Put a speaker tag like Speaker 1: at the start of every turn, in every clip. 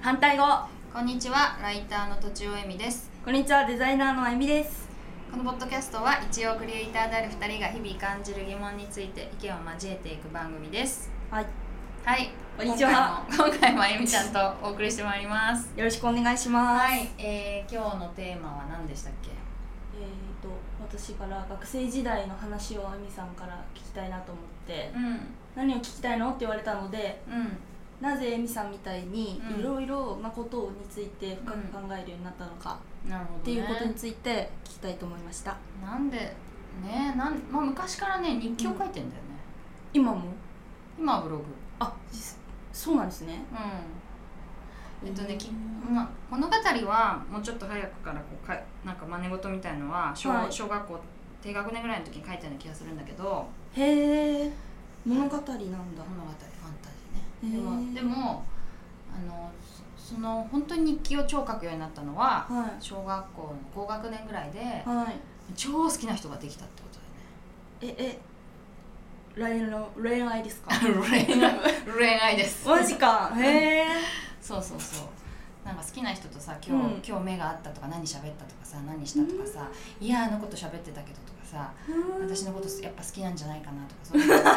Speaker 1: 反対語
Speaker 2: こんにちは、ライターのとちおえみです。
Speaker 1: こんにちはデザイナーのあゆみです
Speaker 2: このポッドキャストは一応クリエイターである二人が日々感じる疑問について意見を交えていく番組です。
Speaker 1: はい
Speaker 2: はい、
Speaker 1: こんにちは
Speaker 2: 今回も。今回もあゆみちゃんとお送りしてまいります。
Speaker 1: よろしくお願いします、
Speaker 2: はい、えー、今日のテーマは何でしたっけ？
Speaker 1: えー、と私から学生時代の話をあゆみさんから聞きたいなと思って
Speaker 2: うん、
Speaker 1: 何を聞きたいのって言われたので
Speaker 2: うん、
Speaker 1: なぜあゆみさんみたいに
Speaker 2: うん
Speaker 1: いろいろなことについて深く考えるようになったのか、
Speaker 2: なるほど、ね。
Speaker 1: っていうことについて聞きたいと思いました
Speaker 2: なんでね、なんまあ昔からね日記を書いてんだよね。
Speaker 1: 今も
Speaker 2: 今はブログ。
Speaker 1: あ実そうなんですね
Speaker 2: うん。えっとね、き
Speaker 1: うん
Speaker 2: まあ、物語はもうちょっと早くからこうかなんか真似事みたいのは小,、
Speaker 1: はい
Speaker 2: 小学校低学年ぐらいの時に書いたような気がするんだけど
Speaker 1: へえ物語なんだ
Speaker 2: 物語ファンタジー
Speaker 1: へ
Speaker 2: ね
Speaker 1: ー
Speaker 2: でもでもあのそその本当に日記を超書くようになったのは
Speaker 1: は
Speaker 2: 小学校の高学年ぐらいで
Speaker 1: いはい
Speaker 2: 超好きな人ができたってことだよね
Speaker 1: ええ恋愛の恋愛です か
Speaker 2: 恋愛 恋愛です
Speaker 1: マジかへえ
Speaker 2: そうそうそうなんか好きな人とさ今日、
Speaker 1: うん
Speaker 2: 今日目が合ったとか何喋ったとかさ何したとかさ、いやあのこと喋ってたけどとかさ私のことやっぱ好きなんじゃないかなとかそういうの さ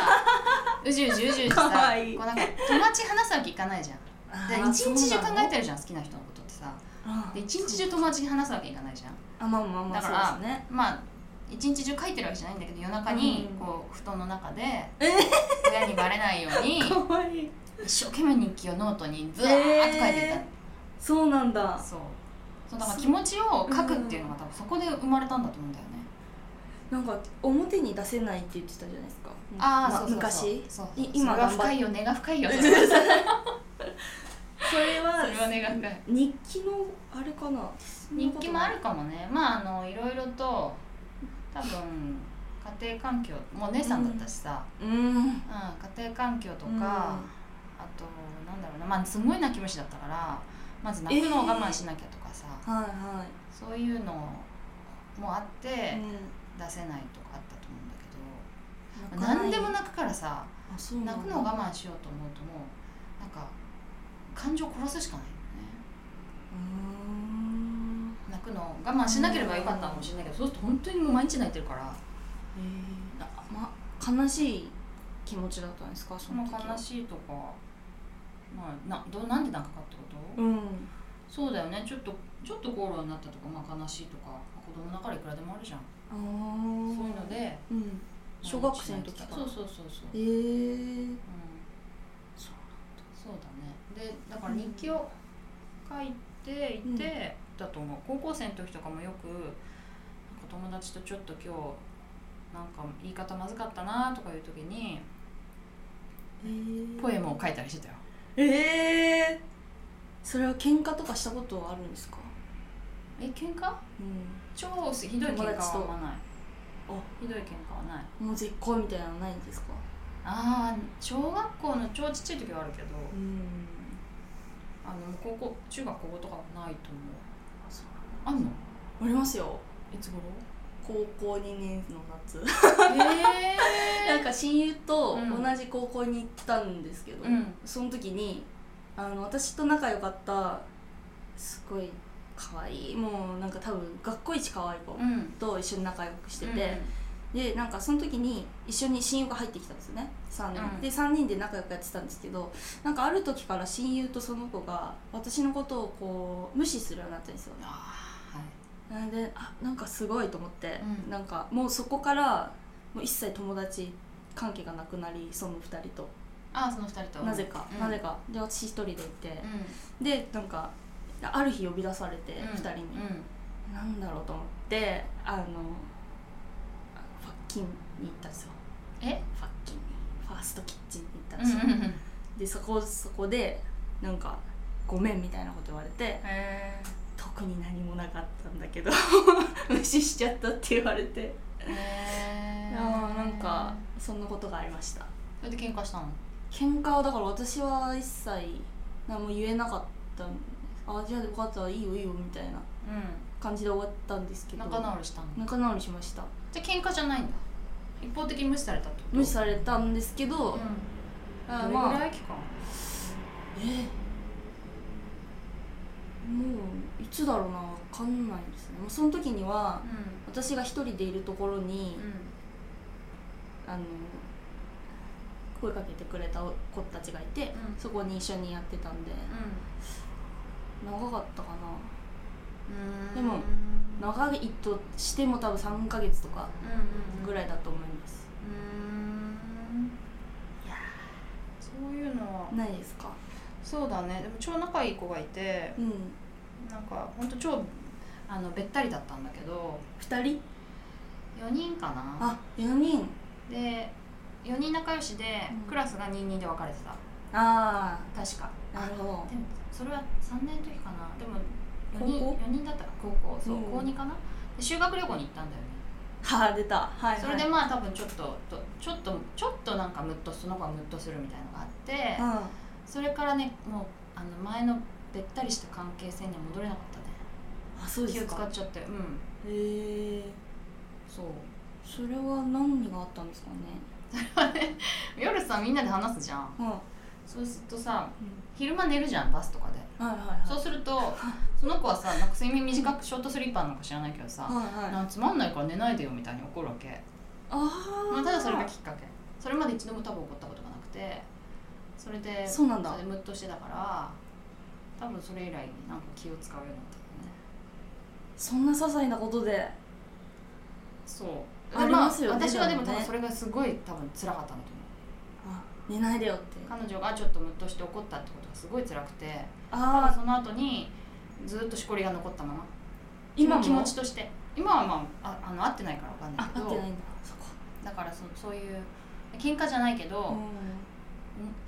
Speaker 2: うじうじうじうじさ
Speaker 1: かわいい
Speaker 2: こうなんか友達に話すわけいかないじゃん
Speaker 1: あ
Speaker 2: で
Speaker 1: ー
Speaker 2: 一日中考え
Speaker 1: そうなの
Speaker 2: てるじゃん好きな人のことってさ
Speaker 1: あ
Speaker 2: で一日中友達に話すわけいかないじゃん
Speaker 1: あまあまあま
Speaker 2: だ
Speaker 1: あ
Speaker 2: か
Speaker 1: そ
Speaker 2: ら
Speaker 1: うですね
Speaker 2: まあ一日中書いてるわけじゃないんだけど夜中に
Speaker 1: うん
Speaker 2: こう布団の中で
Speaker 1: え
Speaker 2: 親にバレないよう に
Speaker 1: かわいい
Speaker 2: 一生懸命日記をノートにずわーっと書いていたの、
Speaker 1: えそうなんだ
Speaker 2: そうそうだから気持ちを書くっていうのが多分そこで生まれたんだと思うんだよね、
Speaker 1: なんか表に出せないって言ってたじゃないですか
Speaker 2: ああ、
Speaker 1: ま
Speaker 2: そうそうそう
Speaker 1: 昔
Speaker 2: そう
Speaker 1: い
Speaker 2: 今
Speaker 1: 今
Speaker 2: が
Speaker 1: 頑張っ
Speaker 2: 深いよ根が深いよそれ
Speaker 1: それは
Speaker 2: は根が深い
Speaker 1: 日記のあれかな
Speaker 2: 日記もあるかもねまああのいろいろと多分家庭環境もうお姉さんだったしさ、
Speaker 1: うん
Speaker 2: うん家庭環境とか、
Speaker 1: うん
Speaker 2: あとなんだろうなまあすごい泣き虫だったからまず泣くのを我慢しなきゃとかさ、
Speaker 1: はいは
Speaker 2: そういうのもあって
Speaker 1: い、
Speaker 2: 出せないとかあったと思うんだけ
Speaker 1: うん
Speaker 2: ど、何でも泣くからさ
Speaker 1: あそうなんだ
Speaker 2: 泣くのを我慢しようと思うともうなんか感情を殺すしかないよね。
Speaker 1: うーん
Speaker 2: 泣くのを我慢しなければよかったかもしれないけどそうすると本当にもう毎日泣いてるから
Speaker 1: えー、なま悲しい気持ちだったんですかそ
Speaker 2: その
Speaker 1: の時は
Speaker 2: 悲しいとか、まあ、などうなんで泣くかってこと、
Speaker 1: うん
Speaker 2: そうだよねちょっとちょっと口論になったとか、まあ、悲しいとかまあ子供だからいくらでもあるじゃん、
Speaker 1: あ
Speaker 2: そういう
Speaker 1: ー
Speaker 2: ので
Speaker 1: うん小学生の時か
Speaker 2: そうそうそうそう、
Speaker 1: えー、
Speaker 2: うん、
Speaker 1: そ
Speaker 2: そう
Speaker 1: う
Speaker 2: だねでだから日記を書いていて、
Speaker 1: うん
Speaker 2: だと思う高校生の時とかもよくなんか友達とちょっと今日なんか言い方まずかったなとかいう時に
Speaker 1: えー、
Speaker 2: ポエムを書いたりしてたよ
Speaker 1: えー、それは喧嘩とかしたことはあるんですか
Speaker 2: え喧嘩
Speaker 1: うん
Speaker 2: 超ひどい喧嘩は
Speaker 1: 友達と
Speaker 2: あんまない
Speaker 1: あ
Speaker 2: ひどい喧嘩はない
Speaker 1: もう絶好みたいなのないんですか
Speaker 2: ああ小学校の超ちっちゃい時はあるけど
Speaker 1: うん
Speaker 2: あの高校中学高校とかはないと思う
Speaker 1: そう
Speaker 2: あんの
Speaker 1: ありますよ
Speaker 2: いつ頃
Speaker 1: 高校2年の夏
Speaker 2: え
Speaker 1: なんか親友と
Speaker 2: うん
Speaker 1: 同じ高校に行ったんですけど、
Speaker 2: うん
Speaker 1: その時にあの私と仲良かったすごい可愛いもうなんか多分学校一可愛い子
Speaker 2: うん
Speaker 1: と一緒に仲良くしてて、でなんかその時に一緒に親友が入ってきたんですよね3人、
Speaker 2: うん
Speaker 1: で3人で仲良くやってたんですけどなんかある時から親友とその子が私のことをこう無視するようになったんですよ
Speaker 2: うん、ああはい
Speaker 1: なんであなんかすごいと思って、
Speaker 2: うん
Speaker 1: なんかもうそこからもう一切友達関係がなくなりその2人と
Speaker 2: ああその二人と
Speaker 1: なぜか、
Speaker 2: うん
Speaker 1: なぜかで私一人でいて、
Speaker 2: う
Speaker 1: でなんかある日呼び出されて、
Speaker 2: ん
Speaker 1: 2人に、
Speaker 2: うん
Speaker 1: なんだろうと思ってあのファッキンに行ったんですよ
Speaker 2: え
Speaker 1: ファッキンにファーストキッチンに行ったん
Speaker 2: う
Speaker 1: ですよ、
Speaker 2: んうんうん
Speaker 1: でそこそこでなんか「ごめん」みたいなこと言われて
Speaker 2: へ
Speaker 1: 特に何もなかったんだけど 無視しちゃったって言われて
Speaker 2: ーへ
Speaker 1: い
Speaker 2: ー
Speaker 1: やーなんかそんなことがありました
Speaker 2: それで喧嘩したの
Speaker 1: 喧嘩はだから私は一切何も言えなかったんですあじゃあ分かったいいよいいよみたいな
Speaker 2: う
Speaker 1: 感じで終わったんですけ
Speaker 2: ん
Speaker 1: ど
Speaker 2: 仲直りしたの
Speaker 1: 仲直りしました
Speaker 2: じゃあ喧嘩じゃないんだ一方的に無視されたってこと
Speaker 1: 無視されたんですけど、
Speaker 2: うん
Speaker 1: あ
Speaker 2: どれぐ
Speaker 1: まあ
Speaker 2: らい期間
Speaker 1: えーもういつだろうな分かんないですねもうその時には私が一人でいるところに、あの声かけてくれた子たちがいて、
Speaker 2: うん
Speaker 1: そこに一緒にやってたんで長かったかでもな長いとしても多分3ヶ月とかぐら
Speaker 2: い
Speaker 1: いだと思います、
Speaker 2: いやそういうのは
Speaker 1: ないですか
Speaker 2: そうだねでも超仲いい子がいて
Speaker 1: うん
Speaker 2: なんかほんと超あのべったりだったんだけど
Speaker 1: 2人
Speaker 2: 4人かな
Speaker 1: あ四4人
Speaker 2: で4人仲良しで
Speaker 1: うん
Speaker 2: クラスが22で分かれてた
Speaker 1: あ
Speaker 2: 確か
Speaker 1: あなるほど
Speaker 2: でもそれは3年の時かなでも4
Speaker 1: 高
Speaker 2: 人
Speaker 1: 校
Speaker 2: 四人だったか高校そう、
Speaker 1: うん
Speaker 2: 高2かなで修学旅行に行ったんだよね
Speaker 1: はあ出たはい、はい、
Speaker 2: それでまあ多分ちょっととちょっとちょっとなんかムッとその子がムッとするみたいなのがあって、
Speaker 1: うん
Speaker 2: それからねもうあの前のべったりした関係性には戻れなかった
Speaker 1: あそう
Speaker 2: ね
Speaker 1: で
Speaker 2: 気を
Speaker 1: す
Speaker 2: 使
Speaker 1: か
Speaker 2: っちゃってうん
Speaker 1: へえ
Speaker 2: そう
Speaker 1: それは何があったんですかね
Speaker 2: 夜さみんなで話すじゃん
Speaker 1: うん、うん、
Speaker 2: そうするとさ昼間寝るじゃんバスとかで
Speaker 1: はいはいはい
Speaker 2: そうするとその子は さなんか睡眠短くショートスリーパーなのか知らないけどさ、
Speaker 1: はいはい
Speaker 2: なんかつまんないから寝ないでよみたいに怒るわけ
Speaker 1: あ
Speaker 2: ま
Speaker 1: あ
Speaker 2: あ、ただそれがきっかけそれまで一度も多分怒ったことがなくてそれで
Speaker 1: そうなんだ
Speaker 2: それでムッとしてたから多分それ以来なんか気を使うようになったんだね
Speaker 1: そんな些細なことで
Speaker 2: そう
Speaker 1: ありますよね
Speaker 2: 私はでも
Speaker 1: で
Speaker 2: 多
Speaker 1: もね
Speaker 2: 分それがすごい多分辛かったんだと
Speaker 1: あ寝ないでよって
Speaker 2: 思う彼女がちょっとムッとして怒ったってことがすごい辛くて多分
Speaker 1: ああ
Speaker 2: その後にずっとしこりが残ったまま
Speaker 1: 今も
Speaker 2: 気持ちとして今はまあああの合ってないから分かんない
Speaker 1: あ
Speaker 2: け
Speaker 1: 合って
Speaker 2: ど
Speaker 1: ないんだそこ
Speaker 2: だからそそういう喧嘩じゃないけど、
Speaker 1: う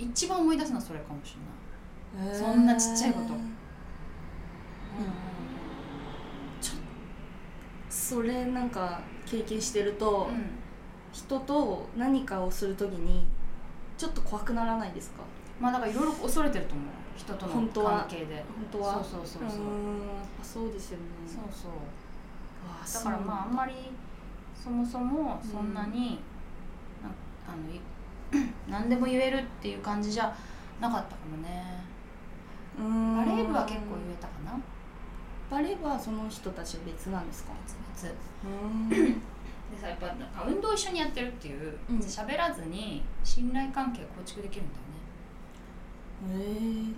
Speaker 2: 一番思い出すのはそれかもしれない
Speaker 1: んへー
Speaker 2: そんなちっちゃいこと
Speaker 1: それなんか経験してると、
Speaker 2: うん
Speaker 1: 人と何かをするときにちょっと怖くならないですか
Speaker 2: まあだからいろいろ恐れてると思う人との
Speaker 1: 本当は
Speaker 2: 関係で
Speaker 1: 本当は
Speaker 2: そうそうそうそう
Speaker 1: ーんやっぱそうですよね
Speaker 2: そうそう
Speaker 1: あー
Speaker 2: だからまああんまりそもそもそんなに、なんあのい 何でも言えるっていう感じじゃなかったかもね
Speaker 1: そうなん
Speaker 2: バ
Speaker 1: だうーん
Speaker 2: レー部は結構言えたかな
Speaker 1: バレー部はその人たちは別なんですか
Speaker 2: 別々
Speaker 1: うーん
Speaker 2: でさやっぱなんか運動一緒にやってるっていう
Speaker 1: うん
Speaker 2: 喋、らずに信頼関係構築できるんだよね
Speaker 1: へ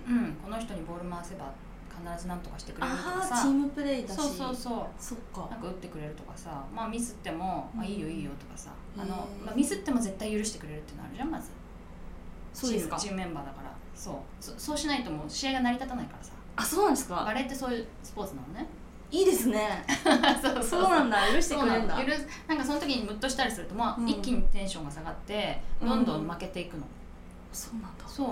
Speaker 1: ー
Speaker 2: うん、この人にボール回せば必ず何とかしてくれると
Speaker 1: あ
Speaker 2: か
Speaker 1: あチー
Speaker 2: さ
Speaker 1: ムプレイだし
Speaker 2: そうそうそう
Speaker 1: そっ
Speaker 2: な
Speaker 1: か
Speaker 2: んか打ってくれるとかさ、まあ、ミスっても「
Speaker 1: うん
Speaker 2: あいいよいいよ」とかさあの、
Speaker 1: へー
Speaker 2: まあ、ミスっても絶対許してくれるっていうのあるじゃんまず
Speaker 1: そうですか
Speaker 2: チームチームメンバーだからそうそそうしないともう試合が成り立たないからさ
Speaker 1: あそうなんです
Speaker 2: バ
Speaker 1: か
Speaker 2: レーってそういうスポーツなの ね
Speaker 1: いいですね
Speaker 2: そう
Speaker 1: そうなんだ許して
Speaker 2: そう
Speaker 1: くれ
Speaker 2: な
Speaker 1: るんだ
Speaker 2: の許すなんかその時にムッとしたりすると、まあ
Speaker 1: うん
Speaker 2: 一気にテンションが下がってどんどん負けていくの、
Speaker 1: そうなんだ
Speaker 2: そう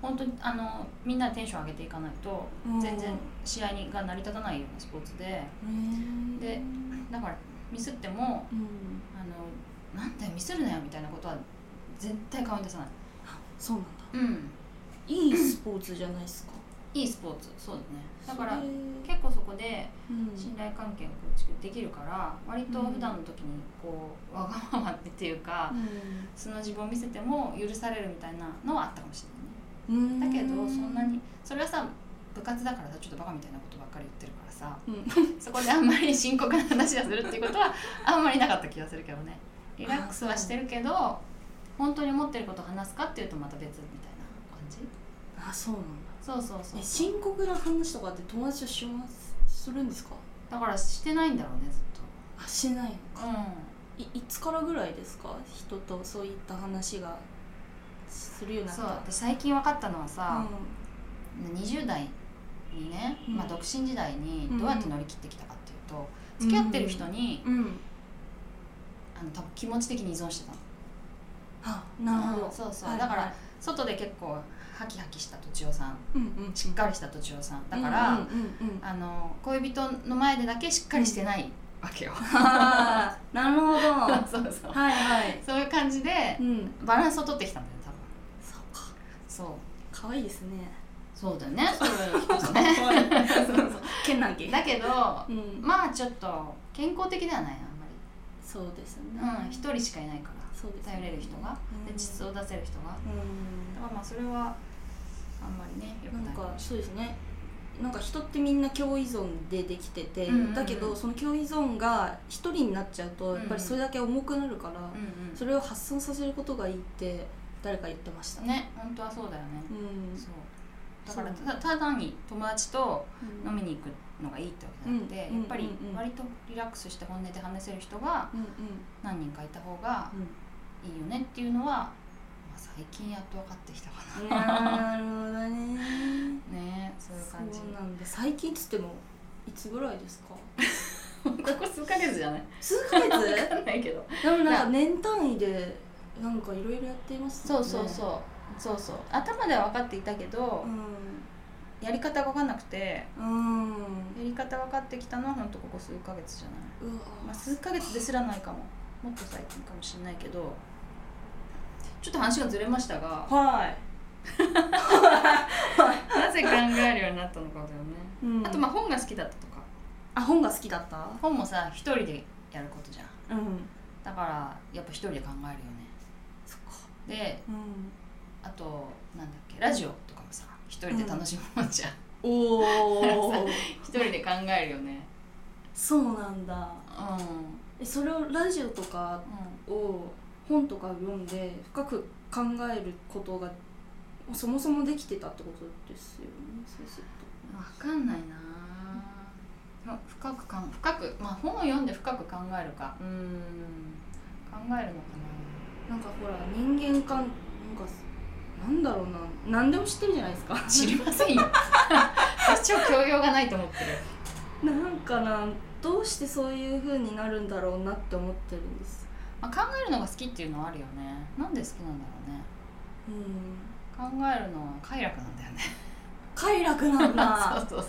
Speaker 2: 本当にあのみんなでテンション上げていかないと
Speaker 1: うん
Speaker 2: 全然試合にが成り立たないようなスポーツで
Speaker 1: へー
Speaker 2: でだからミスっても
Speaker 1: うん
Speaker 2: あのなんだよ見せるなよみたいなことは絶対顔に出さない
Speaker 1: そうなんだ
Speaker 2: うん
Speaker 1: いいスポーツじゃないですか
Speaker 2: いいスポーツそうだねだから
Speaker 1: それう
Speaker 2: 結構そこで
Speaker 1: ん
Speaker 2: 信頼関係を構築できるから割と普段の時にこうわがままっていうか素の自分を見せても許されるみたいなのはあったかもし
Speaker 1: うん
Speaker 2: れないねだけどそんなにそれはさ部活だからさちょっとバカみたいなことばっかり言ってるからさ
Speaker 1: うん
Speaker 2: そこであんまり深刻な話をするっていうことはあんまりなかった気がするけどねリラックスはしてるけど本当に思ってることを話すかっていうとまた別みたいな感じ
Speaker 1: あそうなん
Speaker 2: そうそうそ
Speaker 1: だえ
Speaker 2: う
Speaker 1: 深刻な話とかって友達としますするんですか
Speaker 2: だからしてないんだろうねずっ
Speaker 1: あしないの
Speaker 2: とうん
Speaker 1: いいつからぐらいですか人とそういった話がするようになっ
Speaker 2: そ
Speaker 1: た
Speaker 2: う私最近分かったのはさ、
Speaker 1: う
Speaker 2: 20代にね、
Speaker 1: うん
Speaker 2: まあ、独身時代にどうやって乗り切ってきたかっていうと、
Speaker 1: うん
Speaker 2: 付き合ってる人に、
Speaker 1: ん、うん、
Speaker 2: あの多分気持ち的に依存してたの
Speaker 1: あなるほ
Speaker 2: うん
Speaker 1: ど
Speaker 2: そうそう、
Speaker 1: はい
Speaker 2: だか
Speaker 1: は
Speaker 2: ら
Speaker 1: い
Speaker 2: 外で結構ハキハキしたとちおさん
Speaker 1: うんうん
Speaker 2: しっかりしたとちおさんだから、
Speaker 1: うんうんうん、
Speaker 2: あの恋人の前でだけしっかりしてないわけよ。
Speaker 1: あーなるほど は
Speaker 2: そうそう
Speaker 1: い はい
Speaker 2: そういう感じで
Speaker 1: うん
Speaker 2: バランスを取ってきたんだよ多分
Speaker 1: そうか
Speaker 2: そう
Speaker 1: 可愛いですね
Speaker 2: そうだよねそういう人
Speaker 1: 可
Speaker 2: ね
Speaker 1: 愛いけなげ
Speaker 2: だけど
Speaker 1: うん
Speaker 2: まあちょっと健康的ではない
Speaker 1: そうです
Speaker 2: あ
Speaker 1: ね
Speaker 2: んまりうん一人しかいないか
Speaker 1: そうで
Speaker 2: ら
Speaker 1: す
Speaker 2: 頼れる人が
Speaker 1: うん
Speaker 2: で実を出せる人がだ
Speaker 1: うん
Speaker 2: からまあそれはあんまりねよく
Speaker 1: な
Speaker 2: なんいか
Speaker 1: か
Speaker 2: もし
Speaker 1: そうですねなんか人ってみんな共依存でできてて、
Speaker 2: うんうんうん
Speaker 1: だけどその共依存が一人になっちゃうとやっぱりそれだけ重くなるから、
Speaker 2: うん
Speaker 1: それを発散させることがいいって誰か言ってました
Speaker 2: うん、ね本当はそうだよね、
Speaker 1: うん
Speaker 2: そうだから
Speaker 1: そう
Speaker 2: ただただ単に友達と
Speaker 1: うん
Speaker 2: 飲みに行くのがいいってわけじゃなくて、
Speaker 1: うん
Speaker 2: やっぱり
Speaker 1: うんうん
Speaker 2: 割とリラックスして本音で話せる人が
Speaker 1: うんうん
Speaker 2: 何人かいた方が
Speaker 1: うん
Speaker 2: いいよねっていうのは、まあ、最近やっと分かってきたか
Speaker 1: なるほど
Speaker 2: な
Speaker 1: ね
Speaker 2: ねそういう
Speaker 1: そ
Speaker 2: 感じ
Speaker 1: うなんだ最近っつってもいつぐらいですか
Speaker 2: ここ数ヶ月じゃ ない
Speaker 1: 数ヶ月
Speaker 2: 分かんないけど
Speaker 1: でもなんか年単位でなんかいろいろやっています
Speaker 2: そ
Speaker 1: もん
Speaker 2: う
Speaker 1: ね
Speaker 2: そうそう、そうそう頭では分かっていたけど、やり方が分かんなくてや
Speaker 1: うんうん
Speaker 2: り方分かってきたのは本当ここ数ヶ月じゃな
Speaker 1: う
Speaker 2: い、まあ、
Speaker 1: わ
Speaker 2: 数ヶ月ですらないかももっと最近かもしれないけどちょっと話がずれましたが
Speaker 1: はい
Speaker 2: なぜ考えるようになったのかだよね、
Speaker 1: うん
Speaker 2: あとまあ本が好きだったとか
Speaker 1: あ本が好きだった
Speaker 2: 本もさ一人でやることじゃん
Speaker 1: うん
Speaker 2: だからやっぱ一人で考え
Speaker 1: そっか
Speaker 2: るよねで
Speaker 1: うん
Speaker 2: あとなんだっけラジオとかもさ一人で楽しむもんじゃん
Speaker 1: おお
Speaker 2: 一人で考えるよね
Speaker 1: そうなんだ
Speaker 2: うん、
Speaker 1: えそれをラジオとかを本とか読んで深く考えることがそもそもできてたってことですよね先生
Speaker 2: うん、分かんないなま深くかん深くまあ本を読んで深く考えるかうん考えるのかな
Speaker 1: となんかほら人間関なんかなんだろうな何でも知ってるじゃないですか
Speaker 2: 知りませんよ 私は教養がないと思ってる
Speaker 1: なんかなどうしてそういう風になるんだろうなって思ってるんです
Speaker 2: まあ、考えるのが好きっていうのはあるよねなんで好きなんだろうね
Speaker 1: うん
Speaker 2: 考えるのは快楽なんだよね
Speaker 1: 快楽なん
Speaker 2: そ
Speaker 1: だ
Speaker 2: うそうそう考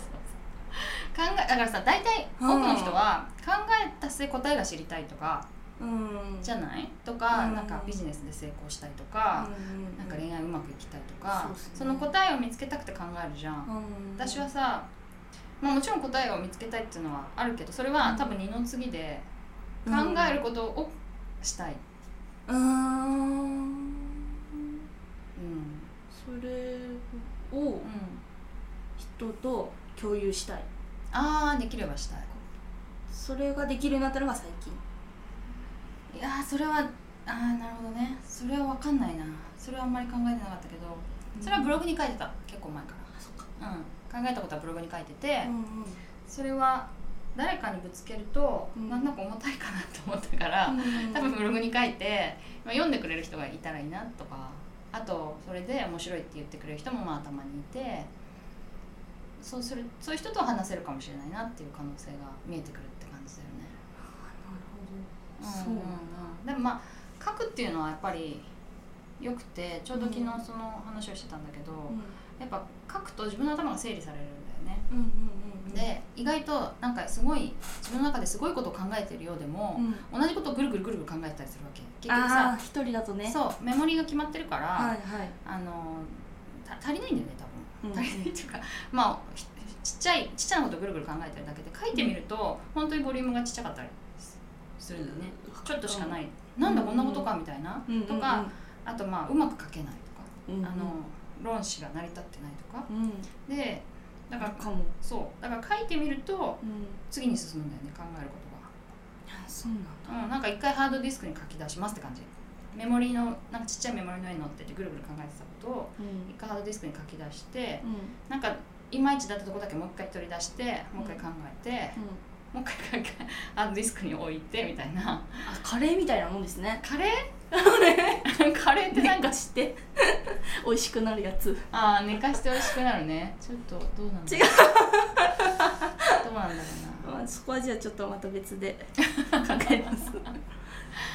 Speaker 2: えだからさ大体多
Speaker 1: うん
Speaker 2: くの人は考えた末答えが知りたいとか
Speaker 1: うん
Speaker 2: じゃないとか、
Speaker 1: うん
Speaker 2: なんかビジネスで成功したいとか、
Speaker 1: うん
Speaker 2: なんか恋愛うまくいきたいとか
Speaker 1: そうっすね
Speaker 2: その答えを見つけたくて考えるじゃん、
Speaker 1: うん
Speaker 2: 私はさ、まあ、もちろん答えを見つけたいっていうのはあるけどそれは多分二の次で考えることをしたい、
Speaker 1: うー
Speaker 2: うん
Speaker 1: んそれを
Speaker 2: うん、
Speaker 1: 人と共有したい
Speaker 2: ああできればしたい
Speaker 1: それができるようになったのが最近
Speaker 2: いやーそれはあーなるほどねそれは分かんないなそれはあんまり考えてなかったけどそれはブログに書いてた結構前か、
Speaker 1: あそっから
Speaker 2: うん、考えたことはブログに書いてて、
Speaker 1: うん
Speaker 2: それは誰かにぶつけると、
Speaker 1: うん
Speaker 2: なんだか重たいかなと思ったから、
Speaker 1: うん
Speaker 2: 多分ブログに書いて、まあ、読んでくれる人がいたらいいなとかあとそれで面白いって言ってくれる人もまあたまにいてそうするそういう人と話せるかもしれないなっていう可能性が見えてくるって感じだよね。
Speaker 1: なるほどそうなん
Speaker 2: で
Speaker 1: だ
Speaker 2: もまあ書くっていうのはやっぱりよくてちょうど昨日
Speaker 1: うん
Speaker 2: その話をしてたんだけど、
Speaker 1: うん
Speaker 2: やっぱ書くと自分の頭が整理されるんだよね。
Speaker 1: うんうんうん
Speaker 2: で意外となんかすごい自分の中ですごいことを考えてるようでも、
Speaker 1: うん
Speaker 2: 同じことをぐるぐるぐるぐる考えてたりするわけ結局
Speaker 1: ああ
Speaker 2: さ、
Speaker 1: 一人だとね
Speaker 2: そうメモリが決まってるから、
Speaker 1: はいはい
Speaker 2: あのた足りないんだよね多分
Speaker 1: うん
Speaker 2: 足りないっていうか、まあひちっちゃいちっちゃなことをぐるぐる考えてるだけで書いてみると、本当にボリュームがちっちゃかったりすするんだよね。ちょっとしかない、なんだこんなことかみたいな、
Speaker 1: うん
Speaker 2: とか、あとまあうまく書けないとか、
Speaker 1: うんうん
Speaker 2: あの論旨が成り立ってないとか
Speaker 1: うん
Speaker 2: でだから
Speaker 1: かも
Speaker 2: そうだから書いてみると
Speaker 1: うん
Speaker 2: 次に進むんだよね考えるこ
Speaker 1: あそうなんだ
Speaker 2: とが、うん、なんか一回ハードディスクに書き出しますって感じメモリーのなんかちっちゃいメモリーの上に載っててぐるぐる考えてたことを
Speaker 1: うん
Speaker 2: 一回ハードディスクに書き出して
Speaker 1: うん
Speaker 2: なんかいまいちだったとこだけもう一回取り出してもう一回考えて、もう一回考 えハードディスクに置いてみたいな
Speaker 1: あカレーみたいなもんです ね
Speaker 2: カレー カレーってなんか
Speaker 1: して 美味しくなるやつ
Speaker 2: ああ寝かして美味しくなるねちょっとどうなんだろうどうなんだろう
Speaker 1: まあそこはじゃあちょっとまた別で考えます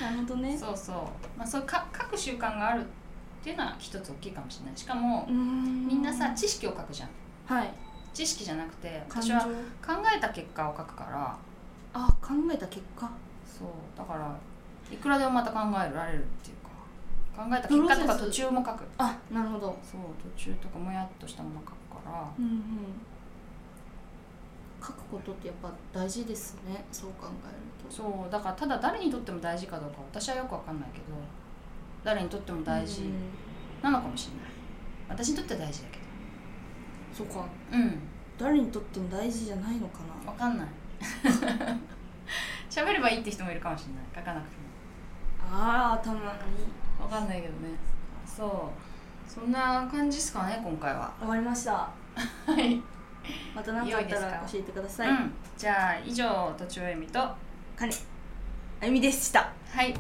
Speaker 1: なるほど
Speaker 2: な
Speaker 1: ね
Speaker 2: そうそうまあそうか書く習慣があるっていうのは一つ大きいかもしれないしかもみ
Speaker 1: み
Speaker 2: んなさ知識を書くじゃん
Speaker 1: はい
Speaker 2: 知識じゃなくて
Speaker 1: 感
Speaker 2: 私
Speaker 1: 情
Speaker 2: は考えた結果を書くから
Speaker 1: あ考えた結果
Speaker 2: そうだからいくらでもまた考えられるっていうか考えた結果と
Speaker 1: プロ
Speaker 2: か
Speaker 1: セス
Speaker 2: 途中も書く
Speaker 1: あなるほど
Speaker 2: そう途中とかもやっとしたもの書くから
Speaker 1: うんうん書くことってやっぱ大事ですねそう考えると
Speaker 2: そうだからただ誰にとっても大事かどうか私はよくわかんないけど誰にとっても大事
Speaker 1: うん
Speaker 2: なのかもしれない私にとっては大事だけ
Speaker 1: そうか
Speaker 2: どうん
Speaker 1: 誰にとっても大事じゃないのかな
Speaker 2: わかんない 喋ればいいって人もいるかもしれない書かなくて
Speaker 1: あー頭がいい
Speaker 2: もわかんないけどねそうそんな感じですかね今回は
Speaker 1: 終わりました
Speaker 2: はい、
Speaker 1: また何かあっ
Speaker 2: 良い
Speaker 1: た
Speaker 2: で
Speaker 1: ら
Speaker 2: すか
Speaker 1: 教えてください、
Speaker 2: うん、じゃあ以上とちおえみとは
Speaker 1: あゆみでした
Speaker 2: い